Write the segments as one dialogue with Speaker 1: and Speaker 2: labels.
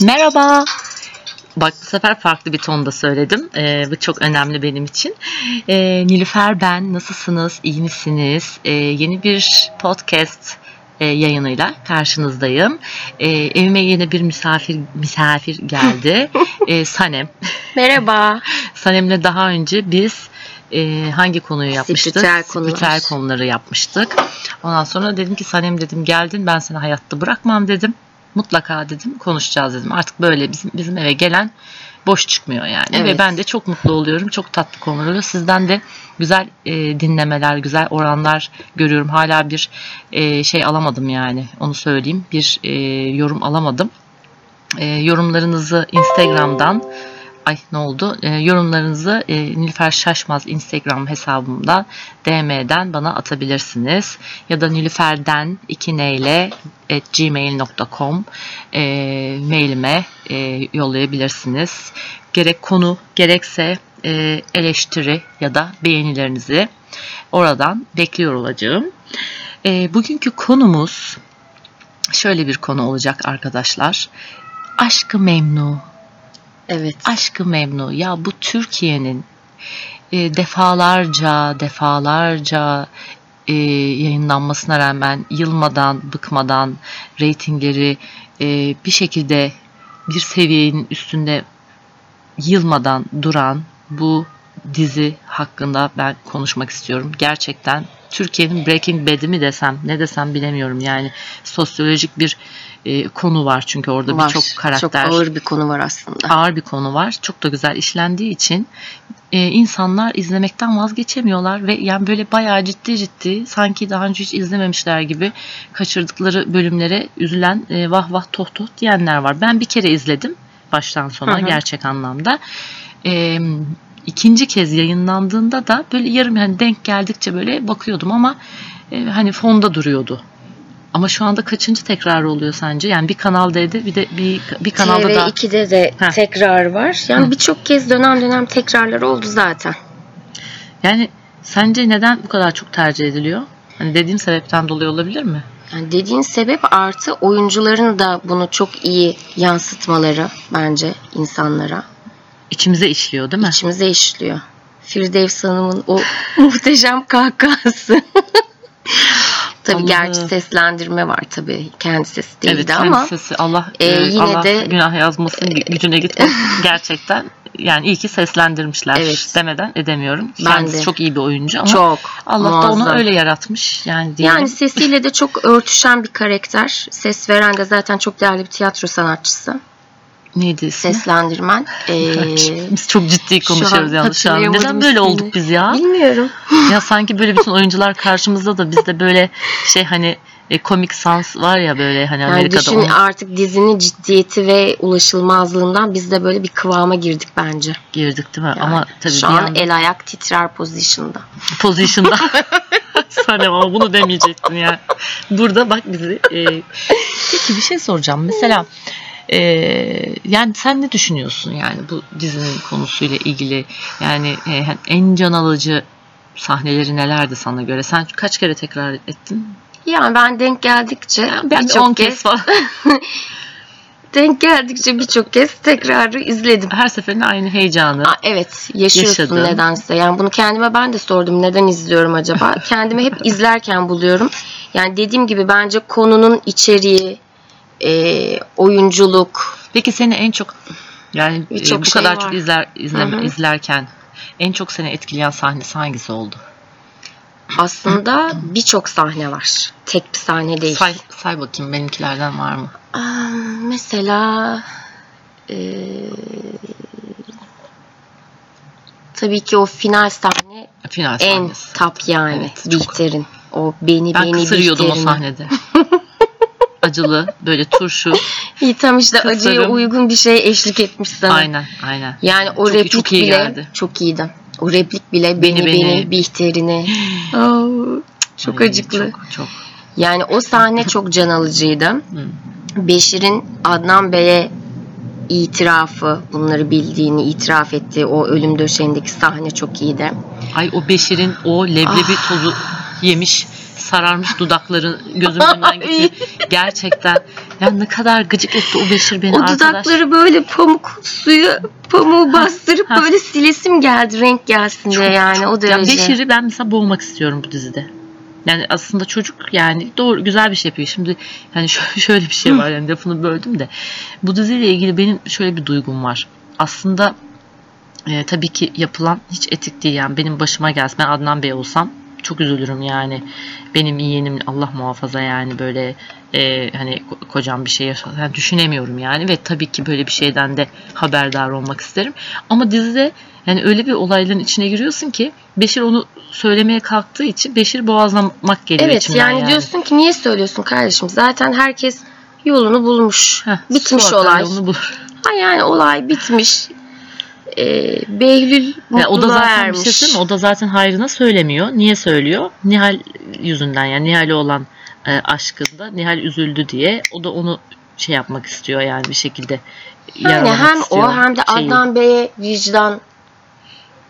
Speaker 1: Merhaba. Bak bu sefer farklı bir tonda söyledim. Ee, bu çok önemli benim için. Ee, Nilüfer ben. Nasılsınız? İyi misiniz? Ee, yeni bir podcast e, yayınıyla karşınızdayım. Ee, evime yeni bir misafir misafir geldi. Ee, Sanem.
Speaker 2: Merhaba.
Speaker 1: Sanem'le daha önce biz e, hangi konuyu yapmıştık?
Speaker 2: Spiritüel konular.
Speaker 1: Spiritüel konuları yapmıştık. Ondan sonra dedim ki Sanem dedim geldin ben seni hayatta bırakmam dedim. Mutlaka dedim konuşacağız dedim. Artık böyle bizim, bizim eve gelen boş çıkmıyor yani.
Speaker 2: Evet.
Speaker 1: Ve ben de çok mutlu oluyorum. Çok tatlı konular oluyor. Sizden de güzel e, dinlemeler, güzel oranlar görüyorum. Hala bir e, şey alamadım yani. Onu söyleyeyim. Bir e, yorum alamadım. E, yorumlarınızı Instagram'dan ay ne oldu? E, yorumlarınızı e, Nilüfer Şaşmaz Instagram hesabımda DM'den bana atabilirsiniz. Ya da nilüferden 2 neyle at gmail.com e, mailime e, yollayabilirsiniz. Gerek konu gerekse e, eleştiri ya da beğenilerinizi oradan bekliyor olacağım. E, bugünkü konumuz şöyle bir konu olacak arkadaşlar. Aşkı memnu.
Speaker 2: Evet.
Speaker 1: Aşkı Memnu ya bu Türkiye'nin e, defalarca defalarca e, yayınlanmasına rağmen yılmadan bıkmadan reytingleri e, bir şekilde bir seviyenin üstünde yılmadan duran bu dizi hakkında ben konuşmak istiyorum. Gerçekten Türkiye'nin Breaking Bad'i mi desem ne desem bilemiyorum. Yani sosyolojik bir e, konu var çünkü orada
Speaker 2: Var.
Speaker 1: birçok karakter
Speaker 2: Çok ağır bir konu var aslında.
Speaker 1: ağır bir konu var. Çok da güzel işlendiği için e, insanlar izlemekten vazgeçemiyorlar ve yani böyle bayağı ciddi ciddi sanki daha önce hiç izlememişler gibi kaçırdıkları bölümlere üzülen e, vah vah toh toh diyenler var. Ben bir kere izledim baştan sona
Speaker 2: Hı hı.
Speaker 1: gerçek anlamda. E, ikinci kez yayınlandığında da böyle yarım yani denk geldikçe böyle bakıyordum ama e, hani fonda duruyordu. Ama şu anda kaçıncı tekrar oluyor sence? Yani bir Kanal D'de bir de bir, bir kanalda da
Speaker 2: TV2'de de
Speaker 1: Ha.
Speaker 2: tekrar var.
Speaker 1: Hı.
Speaker 2: Yani birçok kez dönem dönem tekrarlar oldu zaten.
Speaker 1: Yani sence neden bu kadar çok tercih ediliyor? Hani dediğim sebepten dolayı olabilir mi?
Speaker 2: Yani dediğin sebep artı oyuncuların da bunu çok iyi yansıtmaları bence insanlara.
Speaker 1: İçimize işliyor değil mi?
Speaker 2: İçimize işliyor. Firdevs Hanım'ın o muhteşem kahkahası. tabii
Speaker 1: Allah'ım.
Speaker 2: gerçi seslendirme var tabii. Kendi sesi değildi
Speaker 1: evet, kendi
Speaker 2: ama.
Speaker 1: sesi Allah
Speaker 2: e,
Speaker 1: e,
Speaker 2: yine
Speaker 1: Allah
Speaker 2: de- e,
Speaker 1: günah yazmasın gü- gücüne gitmesin gerçekten. Yani iyi ki seslendirmişler
Speaker 2: Evet.
Speaker 1: demeden edemiyorum.
Speaker 2: Ben
Speaker 1: Kendisi
Speaker 2: de.
Speaker 1: çok iyi bir oyuncu ama
Speaker 2: Çok.
Speaker 1: Allah da onu
Speaker 2: muazzam.
Speaker 1: öyle yaratmış. Yani diyelim.
Speaker 2: Yani sesiyle de çok örtüşen bir karakter. Ses veren de zaten çok değerli bir tiyatro sanatçısı.
Speaker 1: neydi ismi?
Speaker 2: Seslendirmen. Ee,
Speaker 1: Biz çok ciddi
Speaker 2: şu an
Speaker 1: konuşuyoruz yalnız şu an.
Speaker 2: hatırlayamadım
Speaker 1: Neden böyle
Speaker 2: ismini.
Speaker 1: olduk biz ya?
Speaker 2: bilmiyorum.
Speaker 1: Ya sanki böyle bütün oyuncular karşımızda da bizde böyle şey hani e, komik sans var ya böyle hani
Speaker 2: Yani
Speaker 1: Amerika'da
Speaker 2: düşün
Speaker 1: onun
Speaker 2: artık dizinin ciddiyeti ve ulaşılmazlığından biz de böyle bir kıvama girdik bence.
Speaker 1: girdik değil mi?
Speaker 2: Yani
Speaker 1: Ama tabii bir
Speaker 2: şu an
Speaker 1: yandan
Speaker 2: el ayak titrer pozisyonda.
Speaker 1: position'da. Sen ama bunu demeyecektin ya. Burada bak bizi. e, Peki bir şey soracağım. Mesela e, yani sen ne düşünüyorsun yani bu dizinin konusuyla ilgili? Yani e, en can alıcı sahneleri nelerdi sana göre? Sen kaç kere tekrar ettin?
Speaker 2: Yani ben denk geldikçe
Speaker 1: Ben
Speaker 2: birçok
Speaker 1: 10 kez falan.
Speaker 2: denk geldikçe birçok kez tekrarı izledim.
Speaker 1: Her seferinde aynı heyecanı.
Speaker 2: Aa, evet yaşıyorsun
Speaker 1: Yaşadın.
Speaker 2: nedense. Yani bunu kendime ben de sordum neden izliyorum acaba. Kendimi hep izlerken buluyorum. Yani dediğim gibi bence konunun içeriği, e, oyunculuk.
Speaker 1: Peki seni en çok yani e,
Speaker 2: Birçok
Speaker 1: bu
Speaker 2: şey
Speaker 1: kadar
Speaker 2: var.
Speaker 1: çok izler izleme,
Speaker 2: Hı hı.
Speaker 1: izlerken en çok seni etkileyen sahnesi hangisi oldu?
Speaker 2: Aslında birçok sahne var. Tek bir sahne değil.
Speaker 1: Say, say bakayım benimkilerden var mı?
Speaker 2: Aa, mesela e, tabii ki o final sahne
Speaker 1: Final
Speaker 2: en
Speaker 1: sahnesi.
Speaker 2: tap yani
Speaker 1: Evet, çok-
Speaker 2: Bihter'in. O beni
Speaker 1: Ben
Speaker 2: beni
Speaker 1: kısırıyordum o
Speaker 2: Bihter'in.
Speaker 1: sahnede. Acılı böyle turşu.
Speaker 2: İyi tam işte
Speaker 1: Kısırım.
Speaker 2: acıya uygun bir şey eşlik etmiş sana.
Speaker 1: aynen aynen.
Speaker 2: Yani o
Speaker 1: Çok iyi-
Speaker 2: replik
Speaker 1: çok iyi
Speaker 2: bile
Speaker 1: geldi.
Speaker 2: çok iyiydi. O replik bile beni
Speaker 1: beni.
Speaker 2: beni, bihterini. Aa, çok
Speaker 1: Ay,
Speaker 2: acıklı.
Speaker 1: Çok çok.
Speaker 2: Yani o sahne çok can alıcıydı.
Speaker 1: Hı.
Speaker 2: Beşir'in Adnan Bey'e itirafı, bunları bildiğini itiraf ettiği o ölüm döşeğindeki sahne çok iyiydi. Ah.
Speaker 1: Ay o Beşir'in o leblebi tozu yemiş sararmış dudakları gözümün önünden geçiyor. Gerçekten. Ya ne kadar gıcık etti o Beşir beni
Speaker 2: O
Speaker 1: arkadaş.
Speaker 2: dudakları böyle pamuk suyu pamuğu bastırıp böyle silesim geldi renk gelsin diye
Speaker 1: Çok,
Speaker 2: yani o
Speaker 1: Ya
Speaker 2: derece.
Speaker 1: Beşir'i ben mesela boğmak istiyorum bu dizide. Yani aslında çocuk yani doğru güzel bir şey yapıyor. Şimdi hani şö- şöyle bir şey var yani lafını böldüm de. Bu diziyle ilgili benim şöyle bir duygum var. Aslında e, tabii ki yapılan hiç etik değil yani benim başıma gelsin ben Adnan Bey olsam çok üzülürüm yani benim yeğenim Allah muhafaza yani böyle e, hani ko- kocam bir şey yaşa yani düşünemiyorum yani ve tabii ki böyle bir şeyden de haberdar olmak isterim ama dizide yani öyle bir olayların içine giriyorsun ki Beşir onu söylemeye kalktığı için Beşir boğazlamak geliyor
Speaker 2: Evet
Speaker 1: içimden
Speaker 2: yani, diyorsun ki niye söylüyorsun kardeşim? Zaten herkes yolunu bulmuş.
Speaker 1: Heh,
Speaker 2: bitmiş
Speaker 1: su akar
Speaker 2: olay.
Speaker 1: yolunu bulur.
Speaker 2: Ha yani olay bitmiş. Ee, Behlül
Speaker 1: Yani o da
Speaker 2: mutluluğa
Speaker 1: zaten bir
Speaker 2: ermiş.
Speaker 1: şey söyleyeyim mi? o da zaten hayrına söylemiyor. Niye söylüyor? Nihal yüzünden yani Nihal'e olan e, aşkında Nihal üzüldü diye o da onu şey yapmak istiyor yani bir şekilde
Speaker 2: yani
Speaker 1: yaralamak
Speaker 2: hem
Speaker 1: istiyor.
Speaker 2: o hem de
Speaker 1: şeyi.
Speaker 2: Adnan Bey'e vicdan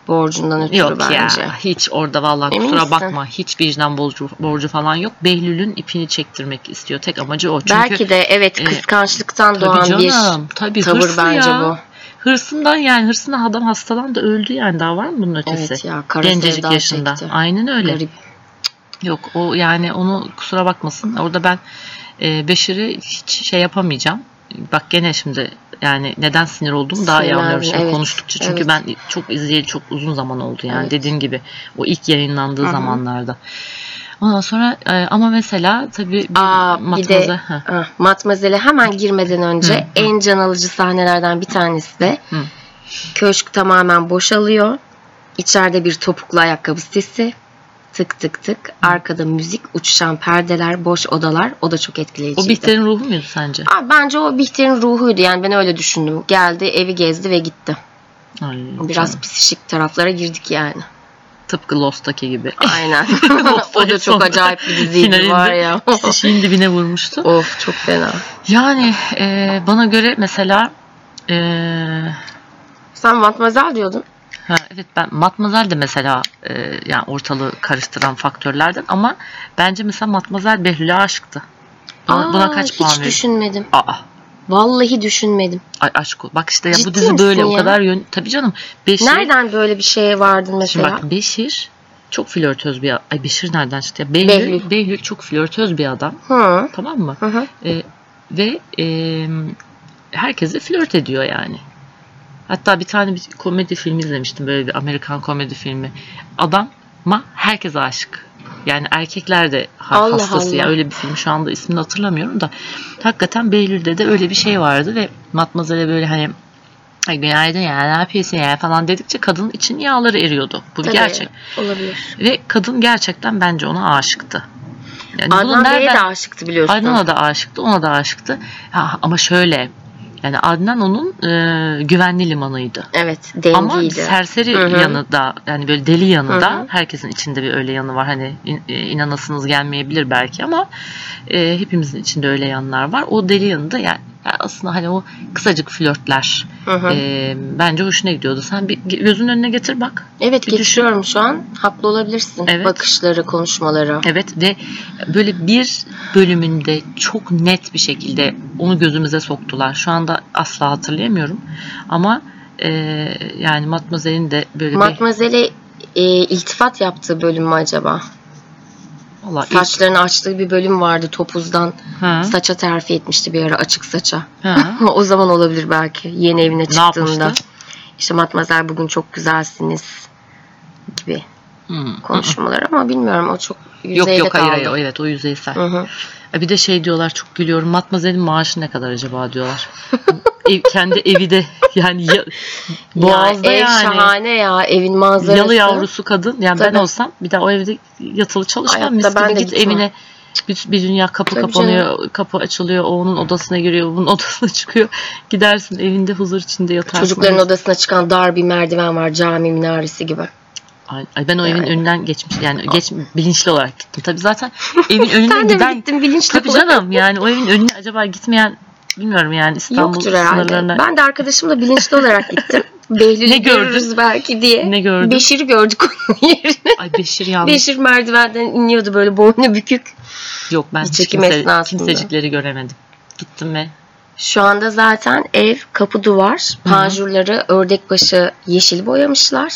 Speaker 2: borcundan ötürü
Speaker 1: Yok
Speaker 2: bence.
Speaker 1: ya hiç orada vallahi
Speaker 2: Emin
Speaker 1: kusura
Speaker 2: misin?
Speaker 1: bakma hiç vicdan borcu, borcu falan yok. Behlül'ün ipini çektirmek istiyor. Tek amacı o. Çünkü
Speaker 2: Belki de evet
Speaker 1: e,
Speaker 2: kıskançlıktan
Speaker 1: tabii
Speaker 2: doğan
Speaker 1: canım,
Speaker 2: bir
Speaker 1: tabii
Speaker 2: tavır
Speaker 1: hırsı
Speaker 2: bence
Speaker 1: ya.
Speaker 2: bu.
Speaker 1: Hırsından yani hırsından adam hastalandı öldü yani daha var mı bunun ötesi?
Speaker 2: Evet ya kara
Speaker 1: Gencecik
Speaker 2: sevda
Speaker 1: yaşında.
Speaker 2: çekti.
Speaker 1: Aynen öyle.
Speaker 2: Garip.
Speaker 1: Yok o yani onu kusura bakmasın. Orada ben e, Beşir'i hiç şey yapamayacağım. Bak gene şimdi yani neden sinir olduğumu daha iyi
Speaker 2: Sinirlendin,
Speaker 1: anlıyorum şimdi
Speaker 2: evet,
Speaker 1: konuştukça. Çünkü
Speaker 2: evet.
Speaker 1: ben çok izleyeli çok uzun zaman oldu yani
Speaker 2: Evet.
Speaker 1: dediğim gibi o ilk yayınlandığı
Speaker 2: Hı hı.
Speaker 1: zamanlarda. Ondan sonra e, ama mesela tabii bir
Speaker 2: Aa, bir de-
Speaker 1: matmaza- Heh.
Speaker 2: Ah, Matmazel'e hemen girmeden önce
Speaker 1: Hı, hı.
Speaker 2: en can alıcı sahnelerden bir tanesi de
Speaker 1: Hı.
Speaker 2: köşk tamamen boşalıyor. İçeride bir topuklu ayakkabı sesi. Tık tık tık. Arkada müzik, uçuşan perdeler, boş odalar. O da çok etkileyiciydi.
Speaker 1: o Bihter'in ruhu muydu sence?
Speaker 2: Aa, bence o Bihter'in ruhuydu. Yani ben öyle düşündüm. Geldi, evi gezdi ve gitti.
Speaker 1: Ay,
Speaker 2: Biraz
Speaker 1: canım.
Speaker 2: psişik taraflara girdik yani.
Speaker 1: tıpkı Lost'taki gibi.
Speaker 2: Aynen.
Speaker 1: Lost
Speaker 2: o da çok
Speaker 1: sonunda
Speaker 2: acayip bir diziydi
Speaker 1: finalinde
Speaker 2: var ya.
Speaker 1: Şişin dibine vurmuştu.
Speaker 2: of çok fena.
Speaker 1: Yani e, bana göre mesela e,
Speaker 2: Sen Matmazel diyordun.
Speaker 1: ha, evet ben Matmazel de mesela e, yani ortalığı karıştıran faktörlerden ama bence mesela Matmazel Behlül'e aşıktı. Bana,
Speaker 2: Aa,
Speaker 1: buna kaç puan
Speaker 2: Hiç
Speaker 1: veriyorsun?
Speaker 2: düşünmedim.
Speaker 1: Aa,
Speaker 2: Vallahi düşünmedim.
Speaker 1: ay aşk o. Bak işte ya bu
Speaker 2: Ciddi
Speaker 1: dizi böyle
Speaker 2: misin
Speaker 1: o
Speaker 2: ya?
Speaker 1: kadar yön. Tabii canım. Beşir,
Speaker 2: Nereden böyle bir şeye vardın
Speaker 1: şey- Şimdi
Speaker 2: mesela?
Speaker 1: bak Beşir çok flörtöz bir Ay Beşir nereden çıktı ya? Behlül,
Speaker 2: Behlül.
Speaker 1: Behlül. çok flörtöz bir adam.
Speaker 2: Hı.
Speaker 1: Tamam mı?
Speaker 2: Hı hı.
Speaker 1: E, ve e, herkesle flört ediyor yani. Hatta bir tane bir komedi filmi izlemiştim böyle bir Amerikan komedi filmi. Adama herkes aşık. Yani erkekler de ha-
Speaker 2: Allah
Speaker 1: hastası ya
Speaker 2: Allah.
Speaker 1: öyle bir film şu anda ismini hatırlamıyorum da hakikaten Behlül'de de öyle bir şey vardı ve Matmazel'e böyle hani "Ay günaydın ya ne yapıyorsun ya falan dedikçe kadının için yağları eriyordu. Bu bir
Speaker 2: Tabii,
Speaker 1: gerçek.
Speaker 2: Olabilir.
Speaker 1: Ve kadın gerçekten bence ona aşıktı. Yani bunu
Speaker 2: Adnan Bey'e
Speaker 1: nereden-
Speaker 2: de aşıktı biliyorsun.
Speaker 1: Adnan'a da aşıktı, ona da aşıktı. Ha, ama şöyle, yani Adnan onun e, güvenli limanıydı.
Speaker 2: Evet.
Speaker 1: Ama
Speaker 2: Dengiydi.
Speaker 1: serseri
Speaker 2: Hı hı.
Speaker 1: yanı da yani böyle deli yanı
Speaker 2: Hı
Speaker 1: da
Speaker 2: hı.
Speaker 1: herkesin içinde bir öyle yanı var. Hani in- e, inanasınız gelmeyebilir belki ama e, hepimizin içinde öyle yanlar var. O deli yanı da yani, yani aslında hani o kısacık flörtler
Speaker 2: Hı hı.
Speaker 1: e, bence hoşuna gidiyordu. Sen bir gözün önüne getir bak.
Speaker 2: evet
Speaker 1: bir düşün.
Speaker 2: geçiyorum şu an. Haklı olabilirsin.
Speaker 1: Evet.
Speaker 2: Bakışları, konuşmaları.
Speaker 1: Evet ve böyle bir bölümünde çok net bir şekilde onu gözümüze soktular. Şu anda asla hatırlayamıyorum ama e, yani Matmazel'in de böyle bir
Speaker 2: Matmazel'e e, iltifat yaptığı bölüm mü acaba?
Speaker 1: Vallahi ilk-
Speaker 2: Saçlarını açtığı bir bölüm vardı topuzdan.
Speaker 1: ha,
Speaker 2: Saça terfi etmişti bir ara açık saça.
Speaker 1: ha.
Speaker 2: o zaman olabilir belki yeni evine
Speaker 1: ne
Speaker 2: çıktığında.
Speaker 1: yapmıştı?
Speaker 2: İşte Matmazel bugün çok güzelsiniz gibi
Speaker 1: Hmm.
Speaker 2: konuşmalar ama bilmiyorum o çok
Speaker 1: Yok
Speaker 2: yüzeyde
Speaker 1: yok hayır
Speaker 2: kaldı.
Speaker 1: hayır o- evet o yüzeysel.
Speaker 2: Hı hı.
Speaker 1: E, Bir de şey diyorlar çok gülüyorum. Matmazel'in maaşı ne kadar acaba diyorlar. Ev, kendi evi de yani ya, boğazda
Speaker 2: ya, ev
Speaker 1: yani.
Speaker 2: şahane ya evin manzarası.
Speaker 1: Yalı yavrusu kadın. Yani
Speaker 2: Tabii.
Speaker 1: ben olsam bir daha o evde yatılı çalışmam.
Speaker 2: Hayatta
Speaker 1: Mis
Speaker 2: ben
Speaker 1: gibi
Speaker 2: de
Speaker 1: git
Speaker 2: gitmem.
Speaker 1: evine. Bir, bir dünya kapı
Speaker 2: Tabii
Speaker 1: kapanıyor, kapı açılıyor, o onun odasına giriyor, bunun odasına çıkıyor. Gidersin evinde huzur içinde yatarsın.
Speaker 2: Çocukların odasına çıkan dar bir merdiven var cami minaresi gibi.
Speaker 1: Ay, ay ben o evin
Speaker 2: Yani.
Speaker 1: önünden geçmiş, yani geç, bilinçli olarak gittim. Tabii zaten evin önünden
Speaker 2: Sen de mi
Speaker 1: giden,
Speaker 2: gittin bilinçli
Speaker 1: tabii
Speaker 2: olarak?
Speaker 1: canım yani o evin önüne acaba gitmeyen, bilmiyorum yani İstanbul
Speaker 2: Yoktur herhalde.
Speaker 1: sınırlarına.
Speaker 2: Ben de arkadaşımla bilinçli olarak gittim.
Speaker 1: Ne
Speaker 2: Behlül'ü
Speaker 1: gördün?
Speaker 2: görürüz belki diye.
Speaker 1: Ne gördün?
Speaker 2: Beşir'i gördük onun yerine.
Speaker 1: Ay Beşir yalnız.
Speaker 2: Beşir merdivenden iniyordu böyle boynu bükük.
Speaker 1: Yok ben hiç
Speaker 2: Çekim
Speaker 1: kimse,
Speaker 2: esnasında.
Speaker 1: kimsecikleri göremedim. Gittim ve
Speaker 2: Şu anda zaten ev, kapı duvar,
Speaker 1: Hı.
Speaker 2: panjurları, ördekbaşı yeşil boyamışlar.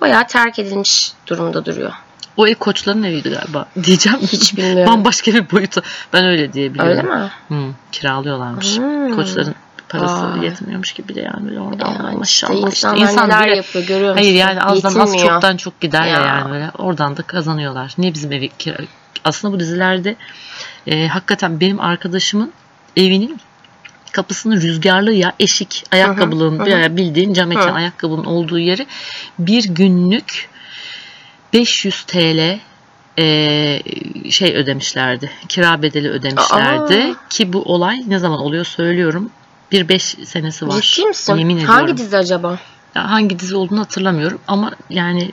Speaker 2: Bayağı terk edilmiş durumda duruyor.
Speaker 1: o ev koçların eviydi galiba. Diyeceğim.
Speaker 2: Hiç bilmiyorum.
Speaker 1: Bambaşka bir boyutu. Ben öyle diyebiliyorum.
Speaker 2: Öyle mi?
Speaker 1: Hı, kiralıyorlarmış.
Speaker 2: Hmm.
Speaker 1: Koçların parası
Speaker 2: Vay.
Speaker 1: yetmiyormuş gibi de yani böyle oradan
Speaker 2: Yani işte
Speaker 1: maşallah işte
Speaker 2: insanlar
Speaker 1: insan
Speaker 2: neler
Speaker 1: bile-
Speaker 2: yapıyor görüyor musun?
Speaker 1: Hayır yani azdan az
Speaker 2: Yetinmiyor.
Speaker 1: çoktan çok gider ya.
Speaker 2: Ya.
Speaker 1: yani böyle. Oradan da kazanıyorlar. Niye bizim evi kira... Aslında bu dizilerde e, hakikaten benim arkadaşımın evinin kapısının rüzgarlı ya eşik ayakkabılığın
Speaker 2: Hı hı,
Speaker 1: bir
Speaker 2: hı.
Speaker 1: ayağı bildiğin cam mekan
Speaker 2: Hı.
Speaker 1: ayakkabının olduğu yeri bir günlük 500 TL e, şey ödemişlerdi. Kira bedeli ödemişlerdi.
Speaker 2: Aa.
Speaker 1: Ki bu olay ne zaman oluyor söylüyorum. Bir beş senesi var.
Speaker 2: Ciddi misin?
Speaker 1: Yemin ediyorum.
Speaker 2: Hangi dizi acaba?
Speaker 1: Ya hangi dizi olduğunu hatırlamıyorum ama yani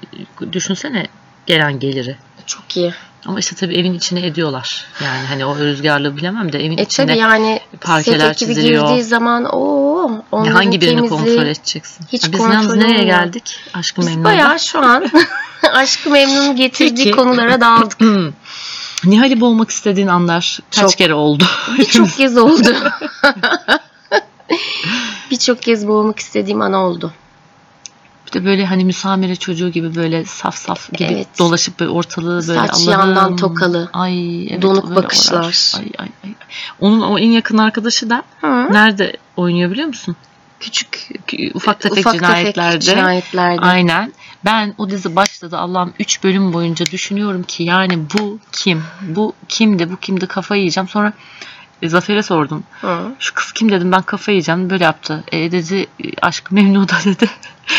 Speaker 1: düşünsene gelen geliri.
Speaker 2: Çok iyi.
Speaker 1: Ama işte tabii evin içine ediyorlar. Yani hani o rüzgarlığı bilemem de evin
Speaker 2: E
Speaker 1: içine
Speaker 2: tabi yani
Speaker 1: parkeler
Speaker 2: set ekibi
Speaker 1: çiziliyor.
Speaker 2: girdiği zaman o onların
Speaker 1: hangi birini
Speaker 2: temizliği.
Speaker 1: kontrol edeceksin?
Speaker 2: hiç
Speaker 1: Ha, biz
Speaker 2: kontrolü
Speaker 1: yalnız nereye
Speaker 2: olmuyor.
Speaker 1: geldik? Aşkım
Speaker 2: Biz
Speaker 1: memnun.
Speaker 2: bayağı şu an aşkı memnun getirdiği
Speaker 1: Peki.
Speaker 2: konulara daldık.
Speaker 1: Nihal'i boğmak istediğin anlar kaç
Speaker 2: Çok.
Speaker 1: kere oldu?
Speaker 2: Birçok kez oldu. Birçok kez boğmak istediğim an oldu.
Speaker 1: Bir de böyle hani müsamere çocuğu gibi böyle saf saf gibi
Speaker 2: Evet.
Speaker 1: dolaşıp böyle ortalığı böyle
Speaker 2: Saç
Speaker 1: Allah'ım.
Speaker 2: yandan tokalı.
Speaker 1: Ay evet,
Speaker 2: Donuk
Speaker 1: o böyle
Speaker 2: bakışlar.
Speaker 1: orar. Ay, ay, ay. Onun o en yakın arkadaşı da
Speaker 2: Hı.
Speaker 1: Nerede oynuyor biliyor musun? Küçük, kü- ufak tefek
Speaker 2: Ufak
Speaker 1: cinayetlerde.
Speaker 2: tefek cinayetlerde.
Speaker 1: Aynen. Ben o dizi başladı Allah'ım 3 bölüm boyunca düşünüyorum ki yani bu kim? Bu kimdi? Bu kimdi? Kafayı yiyeceğim. Sonra e, Zafer'e sordum.
Speaker 2: Hı.
Speaker 1: Şu kız kim dedim ben kafayı yiyeceğim. Böyle yaptı. E dedi aşk Memnu'da dedi.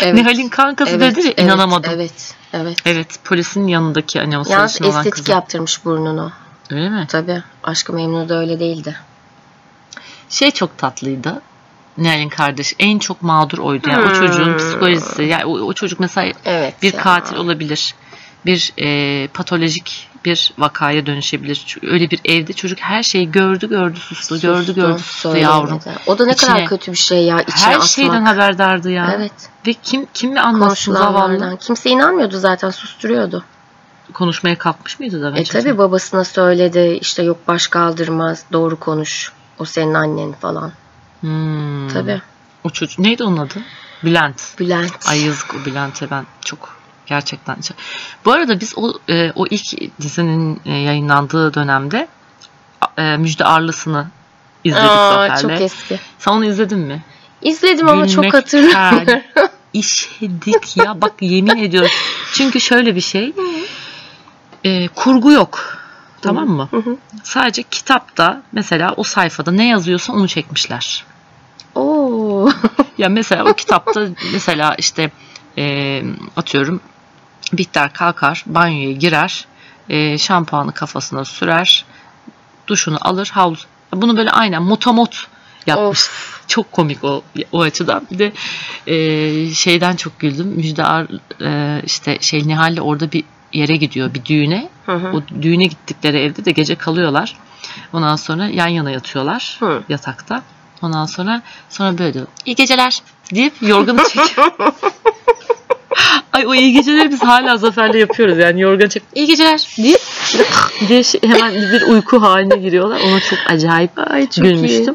Speaker 2: Evet.
Speaker 1: Nihal'in kankası
Speaker 2: Evet,
Speaker 1: dedi.
Speaker 2: evet,
Speaker 1: inanamadım. Evet.
Speaker 2: Evet, evet.
Speaker 1: polisin yanındaki hani o
Speaker 2: Yalnız
Speaker 1: sarışın olan
Speaker 2: estetik
Speaker 1: kızı.
Speaker 2: yaptırmış burnunu.
Speaker 1: Öyle mi?
Speaker 2: Tabii. Aşkı Memnu da öyle değildi.
Speaker 1: şey çok tatlıydı. Nihal'in kardeş en çok mağdur oydu. Yani o
Speaker 2: Hmm. Şey
Speaker 1: çocuğun psikolojisi. Yani o, o çocuk mesela
Speaker 2: Evet.
Speaker 1: bir
Speaker 2: ya.
Speaker 1: katil olabilir. Bir e, patolojik bir vakaya dönüşebilir. Çünkü Öyle bir evde çocuk her şeyi gördü gördü sustu, gördü
Speaker 2: Sustu,
Speaker 1: gördü sustu
Speaker 2: söylemedi.
Speaker 1: yavrum.
Speaker 2: O da ne
Speaker 1: İçine-
Speaker 2: kadar kötü bir şey ya içine
Speaker 1: Her
Speaker 2: atmak.
Speaker 1: şeyden haberdardı ya.
Speaker 2: Evet.
Speaker 1: Ve kim kimle anlatsın zavallı.
Speaker 2: Konuşulanlardan. Kimse inanmıyordu zaten susturuyordu.
Speaker 1: Konuşmaya kalkmış mıydı da ben
Speaker 2: e tabi babasına söyledi işte yok baş kaldırmaz doğru konuş. O senin annen falan. Tabi.
Speaker 1: Hmm. O çocuk neydi onun adı? Bülent.
Speaker 2: Bülent.
Speaker 1: Ay yazık o Bülent'e ben çok gerçekten. şey. Bu arada biz o, e, o ilk dizinin e, yayınlandığı dönemde e, Müjde Arlısını izledik
Speaker 2: Aa, çok
Speaker 1: Zafer'le.
Speaker 2: eski.
Speaker 1: Sen onu izledin mi?
Speaker 2: İzledim ama çok
Speaker 1: Gülmekten
Speaker 2: hatırlamıyorum.
Speaker 1: İşedik ya bak yemin ediyorum. Çünkü şöyle bir şey. e, kurgu yok. Tamam mı?
Speaker 2: Hı hı.
Speaker 1: Sadece kitapta mesela o sayfada ne yazıyorsa onu çekmişler.
Speaker 2: Oo.
Speaker 1: Ya mesela o kitapta mesela işte e, atıyorum Bihter kalkar banyoya girer e, şampuanı kafasına sürer duşunu alır havlu bunu böyle aynen motomot yapmış.
Speaker 2: of.
Speaker 1: Çok komik o o açıdan. Bir de e, şeyden çok güldüm. Müjde Ar e, işte şey Nihal'le orada bir yere gidiyor bir düğüne.
Speaker 2: Hı hı.
Speaker 1: O düğüne gittikleri evde de gece kalıyorlar. Ondan sonra yan yana yatıyorlar
Speaker 2: Hı.
Speaker 1: yatakta. Ondan sonra sonra böyle diyor. İyi geceler deyip yorganı çekiyor. Ay o iyi geceleri biz hala Zafer'le yapıyoruz yani yorganı çek. İyi geceler deyip diye şey- hemen bir uyku haline giriyorlar. Ona çok acayip
Speaker 2: Ay çok
Speaker 1: gülmüştüm.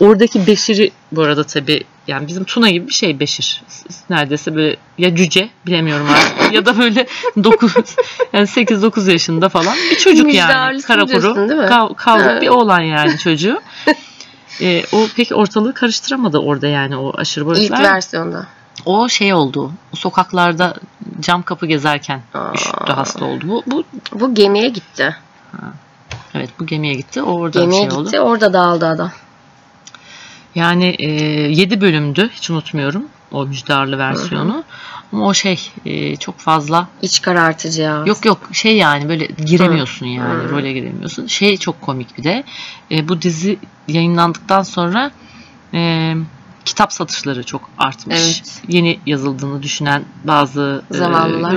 Speaker 1: Oradaki Beşir'i bu arada tabii yani bizim Tuna gibi bir şey Beşir. Neredeyse böyle ya cüce bilemiyorum artık ya da böyle 9 yani 8-9 yaşında falan bir çocuk
Speaker 2: Müjde
Speaker 1: yani.
Speaker 2: Arlısı
Speaker 1: Kara kuru.
Speaker 2: diyorsun değil mi?
Speaker 1: Kav, kavruk
Speaker 2: Ha.
Speaker 1: bir oğlan yani çocuğu. Ee, o pek ortalığı karıştıramadı orada yani o aşırı
Speaker 2: iyi. İlk
Speaker 1: boyutlar.
Speaker 2: versiyonda.
Speaker 1: O şey oldu. Sokaklarda cam kapı gezerken
Speaker 2: Aa.
Speaker 1: üşüttü hasta oldu. Bu, bu
Speaker 2: Bu gemiye gitti.
Speaker 1: evet bu gemiye gitti. O orada
Speaker 2: Gemiye
Speaker 1: şey oldu.
Speaker 2: gitti. Orada dağıldı adam.
Speaker 1: Yani 7 bölümdü hiç unutmuyorum o müjdarlı versiyonu. Ama o şey e, çok fazla
Speaker 2: İç karartıcı ya.
Speaker 1: yok yok şey yani böyle giremiyorsun yani
Speaker 2: Hı.
Speaker 1: role giremiyorsun. Şey çok komik bir de e, bu dizi yayınlandıktan sonra e, kitap satışları çok artmış.
Speaker 2: Evet.
Speaker 1: Yeni yazıldığını düşünen bazı e,
Speaker 2: Zavallılar.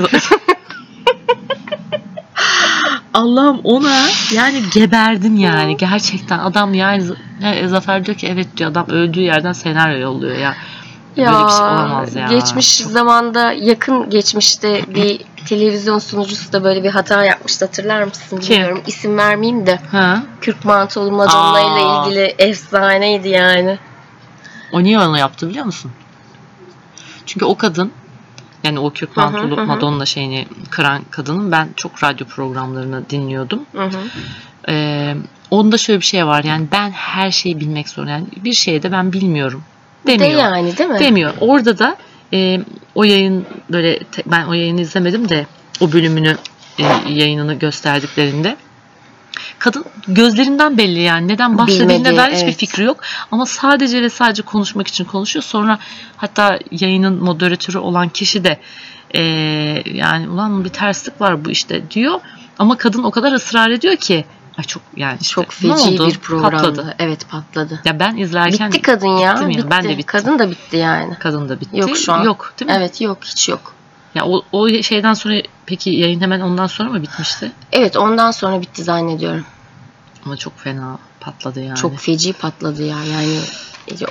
Speaker 1: Allah'ım ona yani hani geberdim yani gerçekten adam yani Z- e, Zafer diyor ki evet diyor adam öldüğü yerden senaryo yolluyor ya. Böyle bir şey olamaz ya.
Speaker 2: Geçmiş zamanda yakın geçmişte bir televizyon sunucusu da böyle bir hata yapmıştı hatırlar mısın
Speaker 1: Kim?
Speaker 2: bilmiyorum. İsim vermeyeyim de
Speaker 1: Ha?
Speaker 2: Kürk Mantolu Madonna ile
Speaker 1: Aa.
Speaker 2: ilgili efsaneydi yani.
Speaker 1: O niye onu yaptı biliyor musun? Çünkü o kadın yani o Kürt
Speaker 2: Hı hı,
Speaker 1: mantolu
Speaker 2: hı hı.
Speaker 1: Madonna şeyini kıran kadının ben çok radyo programlarını dinliyordum.
Speaker 2: Hı hı.
Speaker 1: Ee, onda şöyle bir şey var yani ben her şeyi bilmek zorundayım. Yani bir şeyi de ben bilmiyorum
Speaker 2: De
Speaker 1: demiyor.
Speaker 2: yani değil mi?
Speaker 1: Demiyor. Orada da e, o yayın böyle te- ben o yayını izlemedim de o bölümünü e, yayınını gösterdiklerinde kadın gözlerinden belli yani neden bahsedildiğine
Speaker 2: Bilmediği,
Speaker 1: dair hiçbir
Speaker 2: evet.
Speaker 1: fikri yok ama sadece ve sadece konuşmak için konuşuyor sonra hatta yayının moderatörü olan kişi de e, yani ulan bir terslik var bu işte diyor ama kadın o kadar ısrar ediyor ki ay çok yani işte,
Speaker 2: Çok
Speaker 1: ne
Speaker 2: feci
Speaker 1: oldu?
Speaker 2: bir programdı.
Speaker 1: patladı
Speaker 2: Evet patladı.
Speaker 1: ya ben izlerken
Speaker 2: Bitti kadın ya.
Speaker 1: bittim ya,
Speaker 2: Bitti.
Speaker 1: ben de bittim.
Speaker 2: Kadın da bitti yani.
Speaker 1: kadın da bitti
Speaker 2: Yok şu an.
Speaker 1: yok değil mi
Speaker 2: Evet yok hiç yok.
Speaker 1: Ya o, o şeyden sonra peki yayın hemen ondan sonra mı bitmişti?
Speaker 2: Evet ondan sonra bitti zannediyorum.
Speaker 1: Ama çok fena patladı yani.
Speaker 2: Çok feci patladı ya yani.